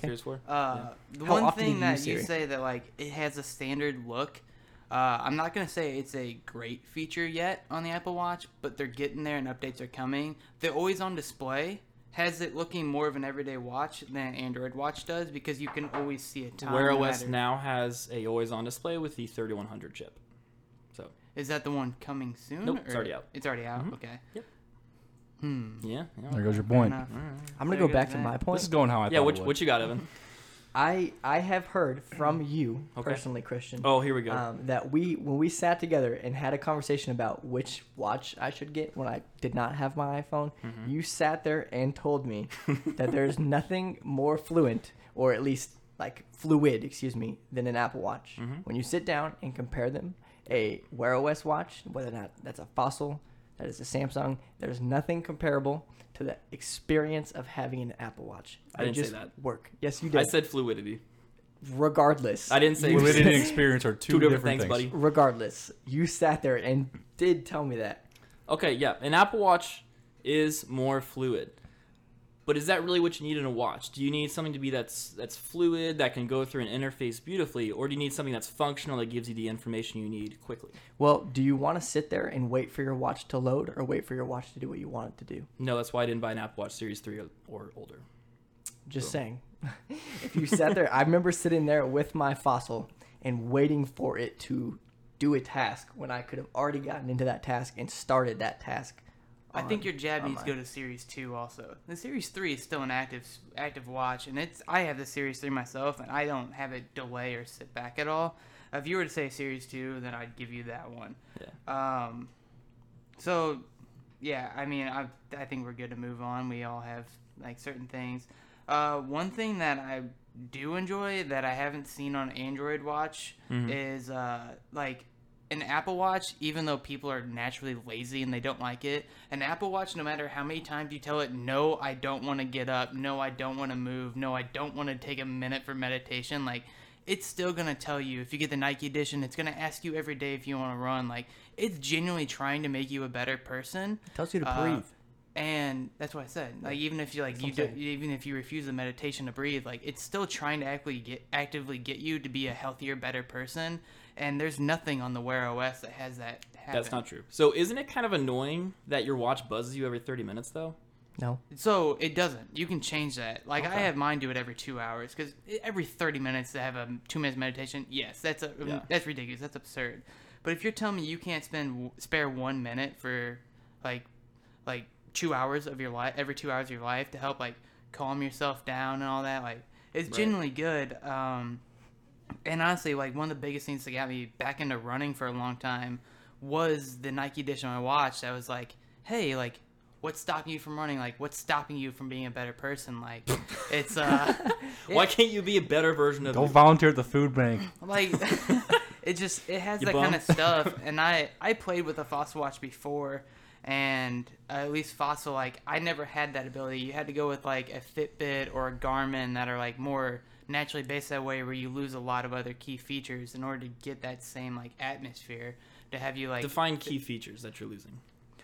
A: Series four.
C: Uh, the
B: How
C: one
B: often do
C: thing
B: you
C: that
B: use
C: you
B: Siri?
C: say that like it has a standard look. Uh, I'm not gonna say it's a great feature yet on the Apple Watch, but they're getting there and updates are coming. The always on display has it looking more of an everyday watch than Android Watch does because you can always see a time.
A: Wear
C: no
A: OS
C: matter-
A: now has a always on display with the 3100 chip. So
C: Is that the one coming soon?
A: Nope, it's already out.
C: It's already out. Okay.
A: Yep.
C: Hmm.
A: yeah, yeah.
D: There goes your point.
C: enough.
B: I'm gonna
C: There
B: go
C: goes
B: back to
C: that.
B: my
D: This is
B: point.
D: going how I
A: yeah.
D: thought.
A: What,
D: it would.
A: what you got, Evan?
B: I I have heard from you
A: Okay.
B: personally, Christian.
A: Oh, here we go.
B: um, that we when we sat together and had a conversation about which watch I should get when I did not have my iPhone,
A: Mm-hmm.
B: you sat there and told me that there's nothing more fluent or at least like fluid, excuse me, than an Apple Watch.
A: Mm-hmm.
B: When you sit down and compare them, a Wear OS watch, whether or not that's a Fossil, that is a Samsung, there's nothing comparable to the experience of having an Apple Watch.
A: I
B: They
A: didn't say
B: just
A: that.
B: Work. Yes, you did.
A: I said fluidity.
B: regardless.
A: I didn't say
B: you
D: Fluidity
B: said-
D: and experience are two,
A: two different things, buddy.
B: regardless, you sat there and did tell me that.
A: Okay, yeah, an Apple Watch is more fluid. But is that really what you need in a watch? Do you need something to be that's that's fluid that can go through an interface beautifully, or do you need something that's functional that gives you the information you need quickly?
B: Well, do you want to sit there and wait for your watch to load or wait for your watch to do what you want it to do?
A: No, that's why I didn't buy an Apple Watch Series three or, or older.
B: Just saying. if you sat there, I remember sitting there with my fossil and waiting for it to do a task when I could have already gotten into that task and started that task.
C: I think
B: on-
C: your jab
B: on
C: needs to
B: mine.
C: go to Series Two also. The Series Three is still an active active watch, and it's I have the Series Three myself, and I don't have it delay or sit back at all. If you were to say Series Two, then I'd give you that one. Yeah. Um, so yeah, I mean, I I think we're good to move on. We all have like certain things. Uh, one thing that I do enjoy that I haven't seen on Android Watch is uh like an Apple Watch, even though people are naturally lazy and they don't like it, an Apple Watch, no matter how many times you tell it, no, I don't want to get up, no, I don't want to move, no, I don't want to take a minute for meditation, like, it's still going to tell you. If you get the Nike edition, it's going to ask you every day if you want to run. Like, it's genuinely trying to make you a better person
B: It tells you to
C: uh,
B: breathe.
C: and that's what I said. Like even if you like you
B: what I'm
C: do, even if you refuse the meditation to breathe, like it's still trying to actively get actively get you to be a healthier, better person. And there's nothing on the Wear OS that has that. Happen.
A: That's not true. So isn't it kind of annoying that your watch buzzes you every thirty minutes though?
B: No.
C: So it doesn't. You can change that. Like I
A: Okay.
C: have mine do it every two hours because every thirty minutes to have a two minutes meditation. Yes, that's a,
A: Yeah.
C: that's ridiculous. That's absurd. But if you're telling me you can't spend w- spare one minute for like like two hours of your life, every two hours of your life to help like calm yourself down and all that, like it's genuinely good. Um, and honestly, like one of the biggest things that got me back into running for a long time was the Nike edition I watched. I was like, hey, like, what's stopping you from running? Like, what's stopping you from being a better person? Like, it's uh,
A: Why can't you be a better version of
D: Don't
A: you?
D: volunteer at the food bank.
C: like it just it has
A: You
C: that kind of
A: bum.
C: stuff and i i played with a fossil watch before and uh, at least fossil like i never had that ability you had to go with like a fitbit or a garmin that are like more naturally based that way where you lose a lot of other key features in order to get that same like atmosphere to have you like
A: Define key features that you're losing.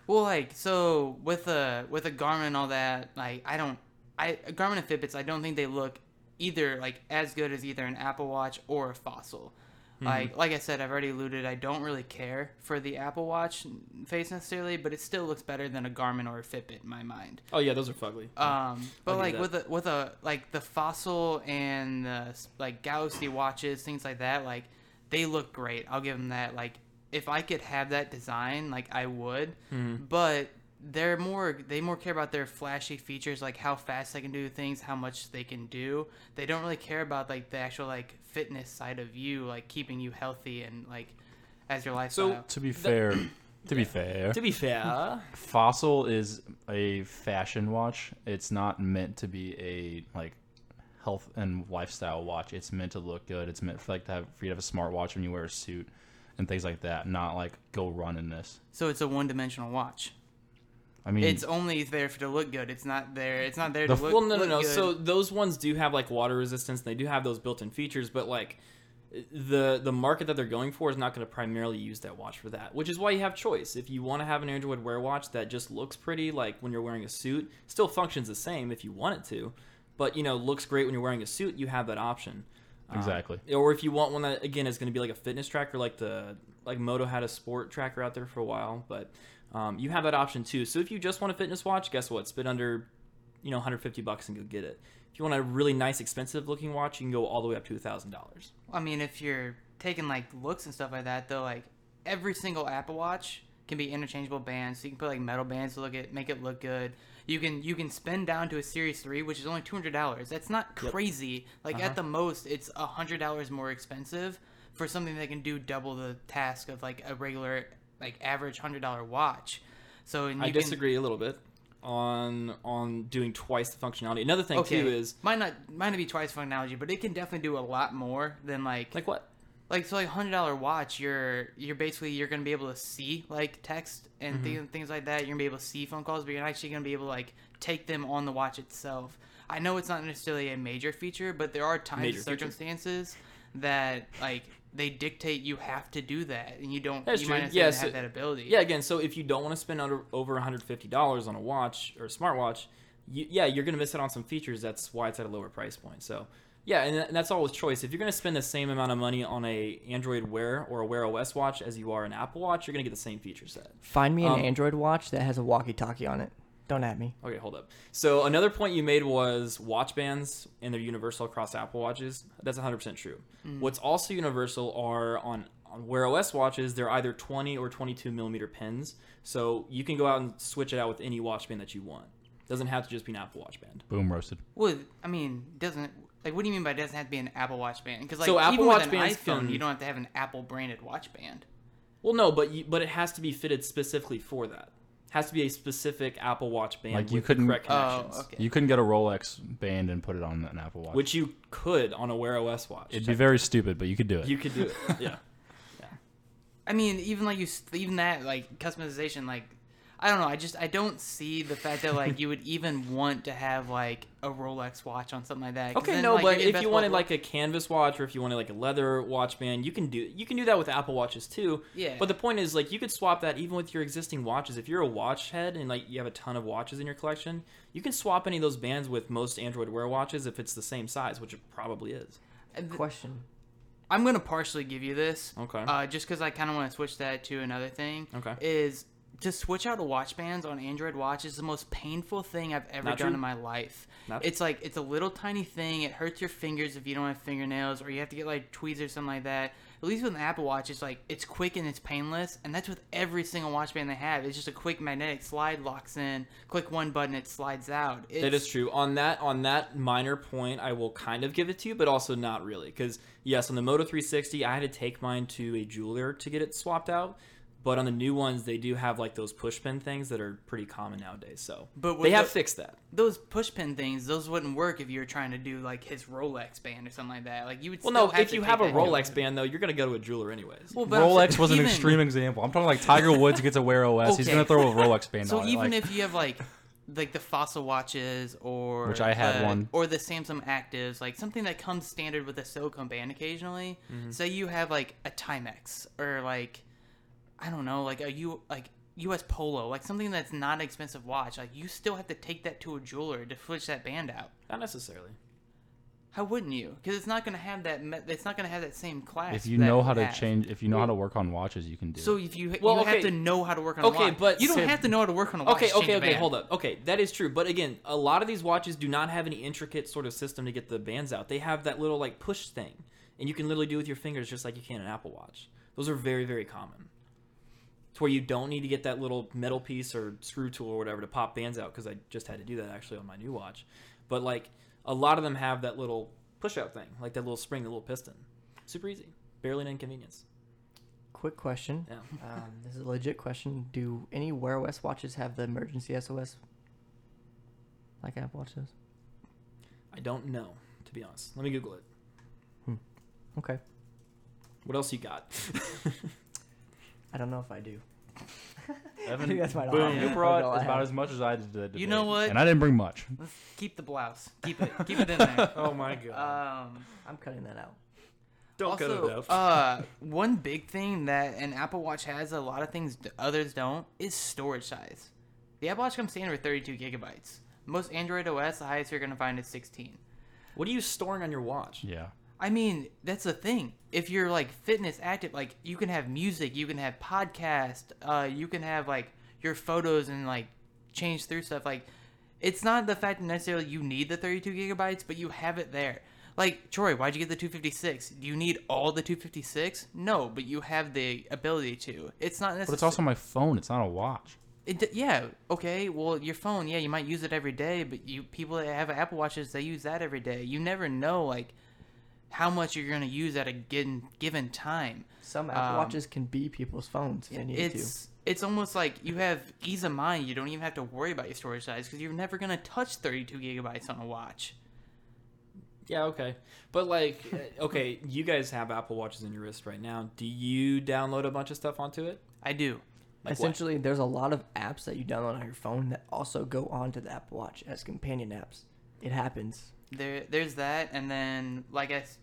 C: well, like so with a with a Garmin and all that, like I don't, I Garmin and Fitbits, I don't think they look either like as good as either an Apple Watch or a Fossil. Like like I said, I've already alluded, I don't really care for the Apple Watch face necessarily, but it still looks better than a Garmin or a Fitbit in my mind.
A: Oh yeah, those are fugly.
C: Um, but
A: I'll
C: like
A: give
C: with a with a like the fossil and the s- like galaxy watches, things like that, like they look great. I'll give them that. Like if I could have that design, like I would.
A: Hmm.
C: But they're more they more care about their flashy features, like how fast they can do things, how much they can do. They don't really care about like the actual like fitness side of you, like keeping you healthy and like as your lifestyle.
E: To be fair, to be fair,
A: to be fair,
E: Fossil is a fashion watch. It's not meant to be a like health and lifestyle watch. It's meant to look good. It's meant for like to have for you to have a smartwatch when you wear a suit and things like that. Not like go run in this.
C: so it's a one dimensional watch.
E: I mean,
C: It's only there for to look good. It's not there. It's not there
E: The
C: to
E: f-
C: look.
A: Hmm. well, no, no,
C: look
A: no.
C: good.
A: So those ones do have like water resistance. And they do have those built-in features, but like the the market that they're going for is not going to primarily use that watch for that. Which is why you have choice. If you want to have an Android Wear watch that just looks pretty, like when you're wearing a suit, still functions the same if you want it to, but you know looks great when you're wearing a suit. You have that option. Um,
E: Exactly.
A: or if you want one that again is going to be like a fitness tracker, like the like Moto had a sport tracker out there for a while, but um, you have that option too. So if you just want a fitness watch, guess what? Spend under you know 150 bucks and go get it. If you want a really nice, expensive looking watch, you can go all the way up to a thousand dollars.
C: I mean, if you're taking like looks and stuff like that, though, like every single Apple Watch can be interchangeable bands. So you can put like metal bands to look at, make it look good. You can you can spend down to a Series Three, which is only two hundred dollars. That's not crazy. Like
A: Uh-huh.
C: at the most, it's hundred dollars more expensive for something that can do double the task of like a regular like average hundred dollar watch. So and you
A: I
C: can,
A: disagree a little bit on on doing twice the functionality. Another thing
C: Okay,
A: too is
C: might not might not be twice functionality, but it can definitely do a lot more than like
A: like what?
C: like so like hundred dollar watch you're you're basically you're gonna be able to see like text and
A: Mm-hmm.
C: thi- things like that you're gonna be able to see phone calls but you're actually gonna be able to like take them on the watch itself i know it's not necessarily a major feature but there are times
A: Major
C: and
A: feature.
C: circumstances that like they dictate you have to do that and you don't
A: That's
C: you
A: true.
C: might necessarily
A: Yeah, so-
C: have that ability
A: Yeah, again, so if you don't want to spend under, over $150 on a watch or a smartwatch, you, yeah, you're going to miss out on some features. That's why it's at a lower price point. So, yeah, and, and that's always choice. If you're going to spend the same amount of money on a Android Wear or a Wear OS watch as you are an Apple Watch, you're going to get the same feature set.
B: Find me an
A: Um,
B: Android watch that has a walkie-talkie on it. Don't at me.
A: Okay, hold up. So another point you made was watch bands and they're universal across Apple watches. That's 100% true.
C: Hmm.
A: What's also universal are on on Wear OS watches, they're either 20 or 22 millimeter pins. So you can go out and switch it out with any watch band that you want. Doesn't have to just be an Apple Watch band.
E: boom roasted.
C: well i mean doesn't like what do you mean by doesn't have to be an apple watch band because like
A: So Apple
C: even
A: Watch
C: with an
A: bands
C: iphone
A: can-
C: you don't have to have an apple branded watch band
A: Well, no, but you, but it has to be fitted specifically for that. Has to be a specific Apple Watch band
E: Like, you
A: with
E: couldn't-
A: the correct
C: oh
A: connections,
C: okay
E: You couldn't get a Rolex band and put it on an Apple Watch.
A: which you could on a Wear OS watch.
E: it'd be very stupid, but you could do it.
A: you could do it. Yeah.
C: I mean, even like you, s- even that like customization, like I don't know. I just I don't see the fact that like you would even want to have like a Rolex watch on something like that. 'cause
A: Okay,
C: then,
A: no,
C: like, you're
A: but
C: getting
A: if
C: best
A: you
C: of
A: wanted
C: both
A: like a canvas watch, or if you wanted like a leather watch band, you can do you can do that with Apple watches too.
C: Yeah.
A: But the point is, like, you could swap that even with your existing watches. If you're a watch head and like you have a ton of watches in your collection, you can swap any of those bands with most Android Wear watches if it's the same size, which it probably is.
B: Question.
C: I'm gonna partially give you this.
A: Okay.
C: Uh, just because I kind of want to switch that to another thing.
A: Okay.
C: Is to switch out a watch bands on Android watch is the most painful thing I've ever
A: Not
C: done
A: true.
C: in my life.
A: Not-
C: it's like it's a little tiny thing. It hurts your fingers if you don't have fingernails, or you have to get like tweezers or something like that. At least with an Apple Watch, it's like it's quick and it's painless, and that's with every single watch band they have. It's just a quick magnetic slide locks in. Click one button, it slides out. It's,
A: That is true. On that on that minor point, I will kind of give it to you, but also not really, because yes, on the Moto 360, I had to take mine to a jeweler to get it swapped out. But on the new ones, they do have like those push pin things that are pretty common nowadays. So
C: But with
A: they have
C: the-
A: fixed that.
C: Those push pin things, those wouldn't work if you were trying to do like his Rolex band or something like that. Like you would.
A: Well,
C: still
A: no,
C: have
A: if
C: to
A: you
C: take
A: have a
C: that to
A: Rolex band though, you're gonna go to a jeweler anyways.
C: Well, but I'm
E: Rolex
C: saying
E: was an
C: even-
E: extreme example. I'm talking like Tiger Woods gets a Wear OS. He's
C: Okay.
E: gonna throw a Rolex band
C: So
E: on
C: even
E: it. Like,
C: if you have like like the fossil watches or
E: Which I had
C: the-
E: one.
C: or the Samsung Actives, like something that comes standard with a silicone band occasionally.
E: Mm-hmm.
C: Say you have like a Timex or like I don't know, like a U like U.S. Polo, like something that's not an expensive watch. Like you still have to take that to a jeweler to switch that band out.
A: Not necessarily.
C: How wouldn't you? Because it's not gonna have that. Me- it's not gonna have that same class.
E: if you
C: that
E: know
C: it
E: how to
C: has.
E: change, if you know how to work on watches, you can do.
C: So
E: it.
C: if you
A: Well,
C: you
A: okay.
C: have to know how to work on
A: Okay,
C: a watch.
A: but
C: you don't
A: Sam-
C: have to know how to work on a watch.
A: Okay,
C: to change
A: okay,
C: a
A: okay.
C: band.
A: Hold up. Okay, that is true. But again, a lot of these watches do not have any intricate sort of system to get the bands out. They have that little like push thing, and you can literally do with your fingers just like you can an Apple Watch. Those are very very common. It's where you don't need to get that little metal piece or screw tool or whatever to pop bands out because I just had to do that actually on my new watch. But like a lot of them have that little push out thing, like that little spring, the little piston. Super easy, barely an inconvenience.
B: Quick question.
A: Yeah.
B: Um, this is a legit question. Do any Wear OS watches have the emergency SOS? Like Apple Watch does?
A: I don't know to be honest. Let me Google it.
B: Okay.
A: What else you got?
B: I don't know if I do.
E: Evan,
B: think that's my
E: boom,
B: line.
E: you
B: Yeah.
E: brought
B: That's all I
E: about
B: have.
E: as much as I did. To that
C: You
E: debate,
C: know what?
E: And I didn't bring much.
C: Let's keep the blouse. Keep it. Keep it in there.
D: Oh my god.
C: Um,
B: I'm cutting that out.
A: don't
C: also, uh, one big thing that an Apple Watch has, a lot of things d- others don't, is storage size. The Apple Watch comes standard with 32 gigabytes. Most Android OS, the highest you're gonna find is 16.
A: What are you storing on your watch?
E: Yeah.
C: I mean, that's the thing. If you're like fitness active, like you can have music, you can have podcast, uh, you can have like your photos and like change through stuff. Like, it's not the fact that necessarily you need the 32 gigabytes, but you have it there. Like Troy, why'd you get the 256? Do you need all the 256? No, but you have the ability to. It's not necessarily.
E: But it's also my phone. It's not a watch.
C: It, d- yeah. Okay. Well, your phone. Yeah, you might use it every day, but you people that have Apple Watches, they use that every day. You never know like how much you're gonna use at a given given time.
B: Some Apple
C: Um,
B: Watches can be people's phones if they need to.
C: It's it's almost like you have ease of mind. You don't even have to worry about your storage size because you're never gonna touch 32 gigabytes on a watch.
A: Yeah, okay. But like, uh, okay, you guys have Apple Watches in your wrist right now. Do you download a bunch of stuff onto it?
C: I do.
A: Like what?
B: Essentially, there's a lot of apps that you download on your phone that also go onto the Apple Watch as companion apps. It happens.
C: There there's that, and then like I. s-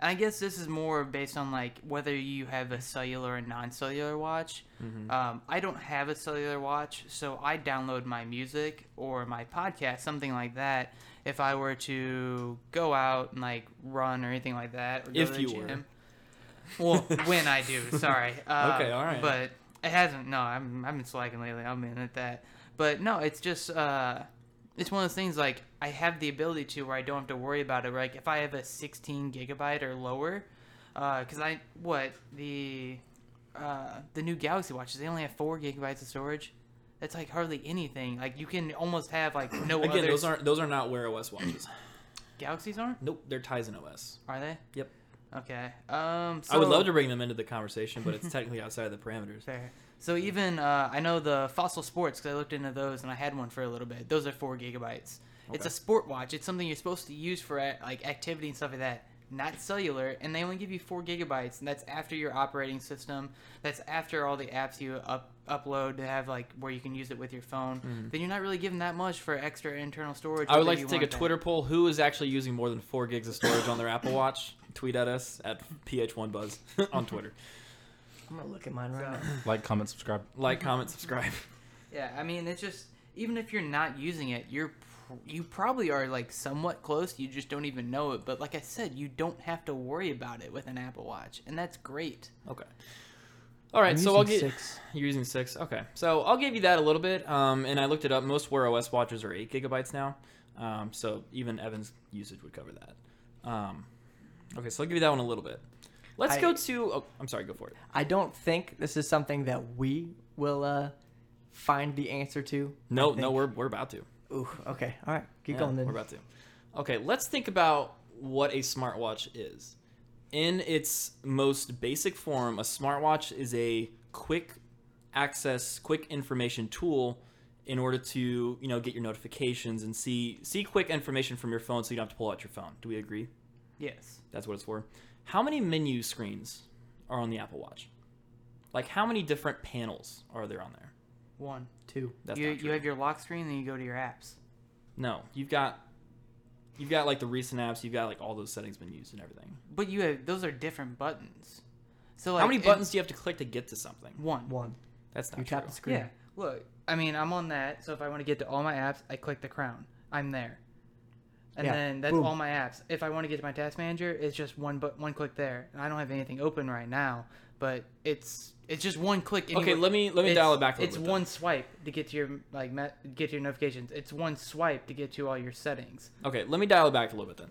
C: and I guess this is more based on like whether you have a cellular and non-cellular watch.
A: Mm-hmm.
C: Um, I don't have a cellular watch, so I download my music or my podcast, something like that. If I were to go out and like run or anything like that, or go
A: If
C: to the
A: you
C: gym. well, when I do, sorry. Uh,
A: Okay, all right.
C: But it hasn't. No, I'm I've been slacking lately. I'm in at that. But no, it's just uh, it's one of those things like I have the ability to where I don't have to worry about it. Like if I have a 16 gigabyte or lower, because I what the uh, the new Galaxy watches they only have four gigabytes of storage. That's like hardly anything. Like you can almost have like no
A: Again,
C: other
A: those aren't those are not Wear OS watches.
C: Galaxies aren't
A: nope, they're Tizen OS.
C: are they?
A: Yep.
C: Okay. Um, so,
A: I would love to bring them into the conversation, but it's technically outside of the parameters.
C: Fair. So even uh, I know the Fossil Sports because I looked into those and I had one for a little bit. Those are four gigabytes. It's a sport watch. It's something you're supposed to use for uh, like activity and stuff like that. Not cellular, and they only give you four gigabytes, and that's after your operating system. That's after all the apps you up upload to have like where you can use it with your phone. Then you're not really given that much for extra internal storage.
A: Mm-hmm. I would
C: whether
A: like to take a
C: you want that.
A: Twitter poll. Who is actually using more than four gigs of storage on their Apple Watch? Tweet at us at ph1buzz on Twitter.
B: I'm gonna look at mine right now.
E: Like, comment, subscribe.
A: Like, comment, subscribe.
C: Yeah, I mean, it's just even if you're not using it, you're pr- you probably are like somewhat close. You just don't even know it. But like I said, you don't have to worry about it with an Apple Watch, and that's great.
A: Okay. All right,
B: I'm
A: so I'll
B: using
A: get.
B: six.
A: You're using six. Okay, so I'll give you that a little bit. Um, and I looked it up. Most Wear OS watches are eight gigabytes now. Um, so even Evan's usage would cover that. Um, okay, so I'll give you that one a little bit. Let's
B: I-
A: go to. Oh, I'm sorry. Go for it.
B: I don't think this is something that we will uh, find the answer to.
A: No,
B: I
A: no,
B: think-
A: we're we're about to.
B: Ooh, okay, all right, keep
A: Yeah,
B: going then.
A: We're about to. Okay, let's think about what a smartwatch is. In its most basic form, a smartwatch is a quick access, quick information tool in order to you know get your notifications and see see quick information from your phone, so you don't have to pull out your phone. Do we agree?
C: Yes.
A: That's what it's for. How many menu screens are on the Apple Watch? Like how many different panels are there on there?
C: One.
B: Two.
A: That's
C: you
A: not true.
C: you have your lock screen, then you go to your apps.
A: no, you've got you've got like the recent apps, you've got like all those settings menus and everything.
C: But you have those are different buttons. So like
A: how many
C: in-
A: buttons do you have to click to get to something?
C: One.
B: One.
A: That's not
B: You tap
A: true.
B: the screen.
C: Yeah. Look, I mean, I'm on that. So if I want to get to all my apps, I click the crown. I'm there. And
B: Yeah,
C: then that's
B: boom.
C: all my apps. If I want to get to my task manager, it's just one but one click there. And I don't have anything open right now, but it's it's just one click.
A: Okay, let me let me
C: It's-
A: dial it back. A
C: It's
A: little bit, though.
C: one swipe to get to your like me- get to your notifications. It's one swipe to get to all your settings.
A: Okay, let me dial it back a little bit then.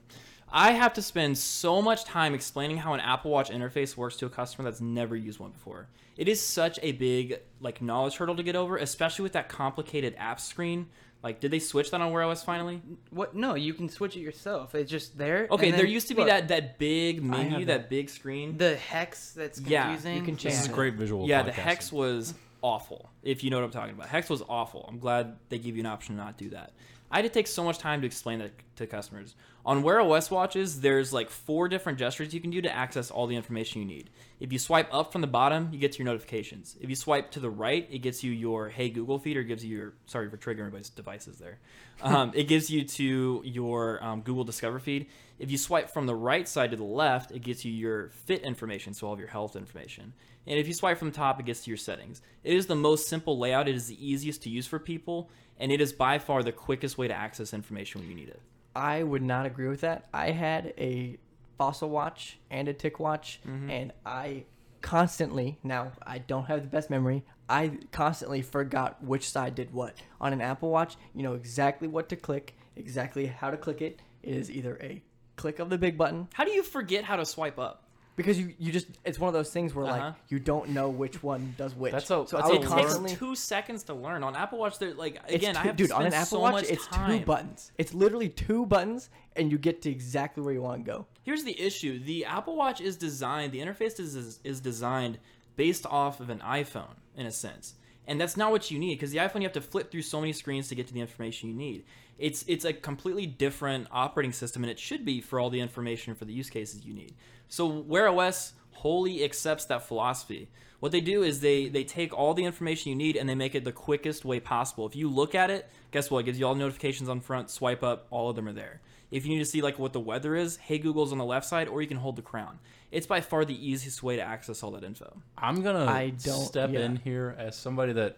A: I have to spend so much time explaining how an Apple Watch interface works to a customer that's never used one before. It is such a big like knowledge hurdle to get over, especially with that complicated app screen. Like, did they switch that on Wear OS finally?
C: What? No, you can switch it yourself. It's just there.
A: Okay,
C: and then-
A: there used to be
C: look,
A: that that big menu,
B: have
A: that.
B: that.
A: big screen.
C: the hex that's
A: Yeah, you
C: confusing.
B: can change
D: This is
B: Yeah.
D: great visual.
A: yeah, the
D: podcasting.
A: hex was awful. If you know what I'm talking about, hex was awful. I'm glad they give you an option to not do that. I had to take so much time to explain that to customers. On Wear OS watches, there's like four different gestures you can do to access all the information you need. If you swipe up from the bottom, you get to your notifications. If you swipe to the right, it gets you your Hey Google feed, or gives you your sorry for triggering everybody's devices there. Um, it gives you to your um, Google Discover feed. If you swipe from the right side to the left, it gets you your fit information, so all of your health information. And if you swipe from the top, it gets to your settings. It is the most simple layout, it is the easiest to use for people, and it is by far the quickest way to access information when you need it.
B: I would not agree with that. I had a fossil watch and a tick watch,
A: Mm-hmm.
B: and I constantly now I don't have the best memory. I constantly forgot which side did what. On an Apple Watch, you know exactly what to click, exactly how to click it. It is either a click of the big button
A: How do you forget how to swipe up?
B: because you you just it's one of those things where
A: Uh-huh.
B: like you don't know which one does which.
D: That's
B: so
D: a- that's
B: I
D: a
B: would
A: It
D: learn-
B: constantly
A: takes two seconds to learn. On Apple Watch, they're like
B: it's
A: again, I
B: two-
A: have
B: dude
A: to
B: on
A: spend
B: an Apple
A: so
B: Watch.
A: much
B: It's
A: time.
B: two buttons. It's literally two buttons, and you get to exactly where you want to go.
A: Here's the issue: the Apple Watch is designed, the interface is is, is designed based off of an iPhone in a sense, and that's not what you need because the iPhone you have to flip through so many screens to get to the information you need. It's it's a completely different operating system, and it should be for all the information for the use cases you need. So Wear OS wholly accepts that philosophy. What they do is they they take all the information you need and they make it the quickest way possible. If you look at it, guess what? It gives you all the notifications on front. Swipe up, all of them are there. If you need to see like what the weather is, Hey Google's on the left side, or you can hold the crown. It's by far the easiest way to access all that info.
D: I'm gonna
B: I don't-
D: step
B: yeah.
D: in here as somebody that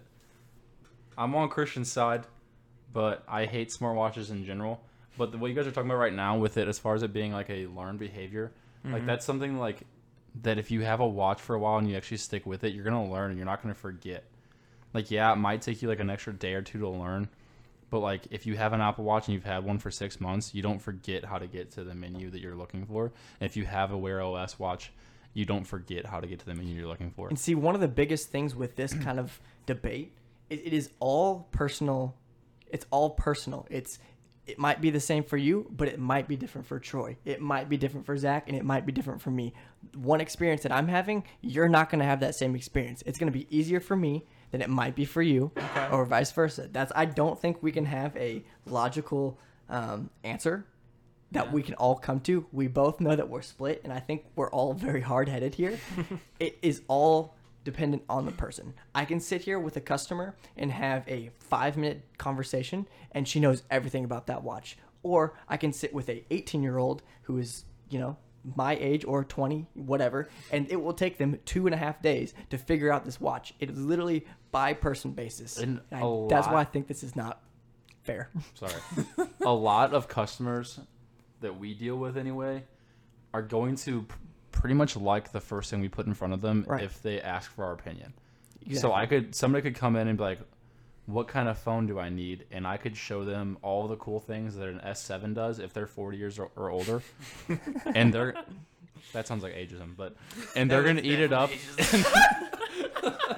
D: I'm on Christian's side, but I hate smartwatches in general. But the, what you guys are talking about right now with it, as far as it being like a learned behavior, like that's something like that. If you have a watch for a while and you actually stick with it, you're gonna learn and you're not gonna forget. Like yeah, it might take you like an extra day or two to learn, but like if you have an Apple Watch and you've had one for six months, you don't forget how to get to the menu that you're looking for. And if you have a Wear OS watch, you don't forget how to get to the menu you're looking for.
B: And see, one of the biggest things with this kind of debate is it is all personal. It's all personal. It's it might be the same for you, but it might be different for Troy. It might be different for Zach, and it might be different for me. One experience that I'm having, you're not going to have that same experience. It's going to be easier for me than it might be for you, or vice versa. That's I don't think we can have a logical um, answer that we can all come to. We both know that we're split, and I think we're all very hard headed here. it is all dependent on the person. I can sit here with a customer and have a five minute conversation, and she knows everything about that watch. Or I can sit with a 18 year old who is, you know, my age or 20, whatever, and it will take them two and a half days to figure out this watch. It is literally by person basis.
D: And
B: I-
D: a
B: that's why I
D: lot-
B: think this is not fair.
D: sorry. a lot of customers that we deal with anyway are going to p- pretty much like the first thing we put in front of them
B: Right.
D: if they ask for our opinion.
B: Exactly.
D: So I could somebody could come in and be like, "What kind of phone do I need?" and I could show them all the cool things that an S7 does if they're 40 years or, or older. and they're that sounds like ageism, but and they're going to eat it up.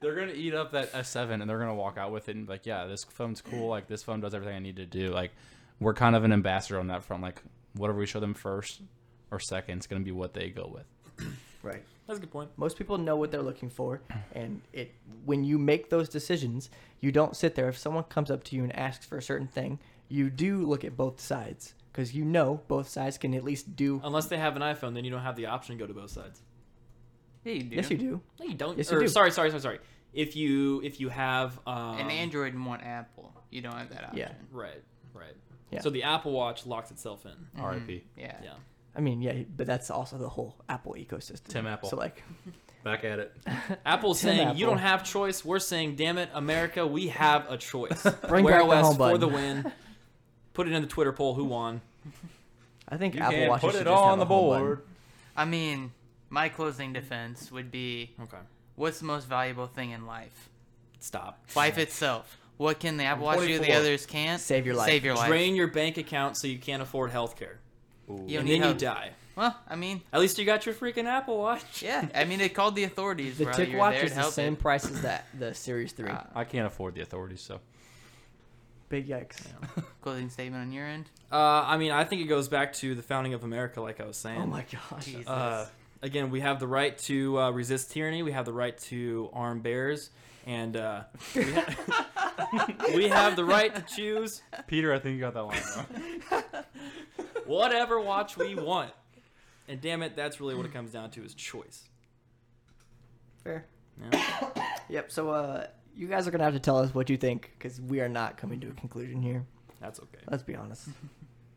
D: They're gonna eat up that S seven and they're gonna walk out with it and be like, yeah, this phone's cool. Like this phone does everything I need to do. Like we're kind of an ambassador on that front. Like whatever we show them first or second is gonna be what they go with.
B: Right.
A: That's a good point.
B: Most people know what they're looking for, and it when you make those decisions, you don't sit there. If someone comes up to you and asks for a certain thing, you do look at both sides because you know both sides can at least do.
D: Oh,
A: Unless they have an iPhone, then you don't have the option to go to both sides.
C: Yeah, you do.
B: Yes, you do.
A: No, you don't.
B: Yes, you
A: or,
B: do.
A: Sorry, sorry, sorry, sorry. If you if you have um,
C: An Android and one Apple. You don't have that option.
B: Yeah.
A: right, right.
B: Yeah.
A: So the Apple Watch locks itself in.
E: R.I.P.
C: Mm-hmm. Yeah.
A: Yeah.
B: I mean, yeah, but that's also the whole Apple ecosystem.
D: Tim Apple.
B: So like,
D: Back at it.
A: Apple's
B: Tim
A: saying you
B: Apple.
A: don't have choice. We're saying, damn it, America, we have a choice.
B: Bring
A: Wear
B: back the
A: OS
B: home
A: for
B: button.
A: the win. Put it in the Twitter poll. Who won?
B: I think
D: You
B: Apple
D: can
B: Watch
D: put
B: should
D: it
B: just have
D: on
B: a
D: the
B: home button.
D: board.
C: I mean, my closing defense would be
A: Okay.
C: what's the most valuable thing in life?
A: Stop.
C: Life itself. What can the Apple Watch do the
A: 24.
C: others can't?
B: Save your life.
C: Save your life.
A: Drain your bank account so you can't afford health care.
C: You don't
A: And
C: need
A: then
C: help.
A: you die.
C: Well, I mean,
A: At least you got your freaking Apple Watch.
C: yeah. I mean, they called the authorities.
B: The
C: bro.
B: Tick
C: You're
B: Watch
C: there to
B: is the
C: help
B: same
C: it.
B: price as that the Series Three.
C: Ah.
E: I can't afford the authorities, so
B: Big yikes.
C: Closing statement on your end.
A: Uh, I mean, I think it goes back to the founding of America, like I was saying.
B: Oh my gosh.
C: Jesus.
A: Uh, again, we have the right to uh, resist tyranny. We have the right to arm bears, and uh, we, ha- we have the right to choose
E: Peter, I think you got that line wrong.
A: whatever watch we want. And damn it, that's really what it comes down to is choice.
B: Fair.
A: Yeah.
B: Yep. So uh, you guys are gonna have to tell us what you think because we are not coming to a conclusion here.
A: That's okay.
B: Let's be honest.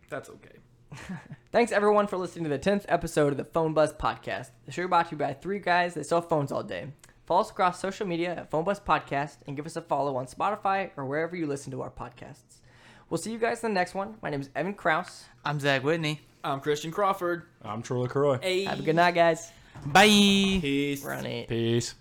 A: That's okay.
B: Thanks everyone for listening to the 10th episode of the Phone Buzz Podcast. The show brought to you by three guys that sell phones all day. Follow us across social media at Phone Buzz Podcast and give us a follow on Spotify or wherever you listen to our podcasts. We'll see you guys in the next one. My name is Evan Kraus.
C: I'm Zach Whitney.
A: I'm Christian Crawford.
E: I'm Troy LaCroix.
A: Hey.
B: Have a good night, guys.
C: Bye.
A: Peace.
B: We're on eight.
E: Peace.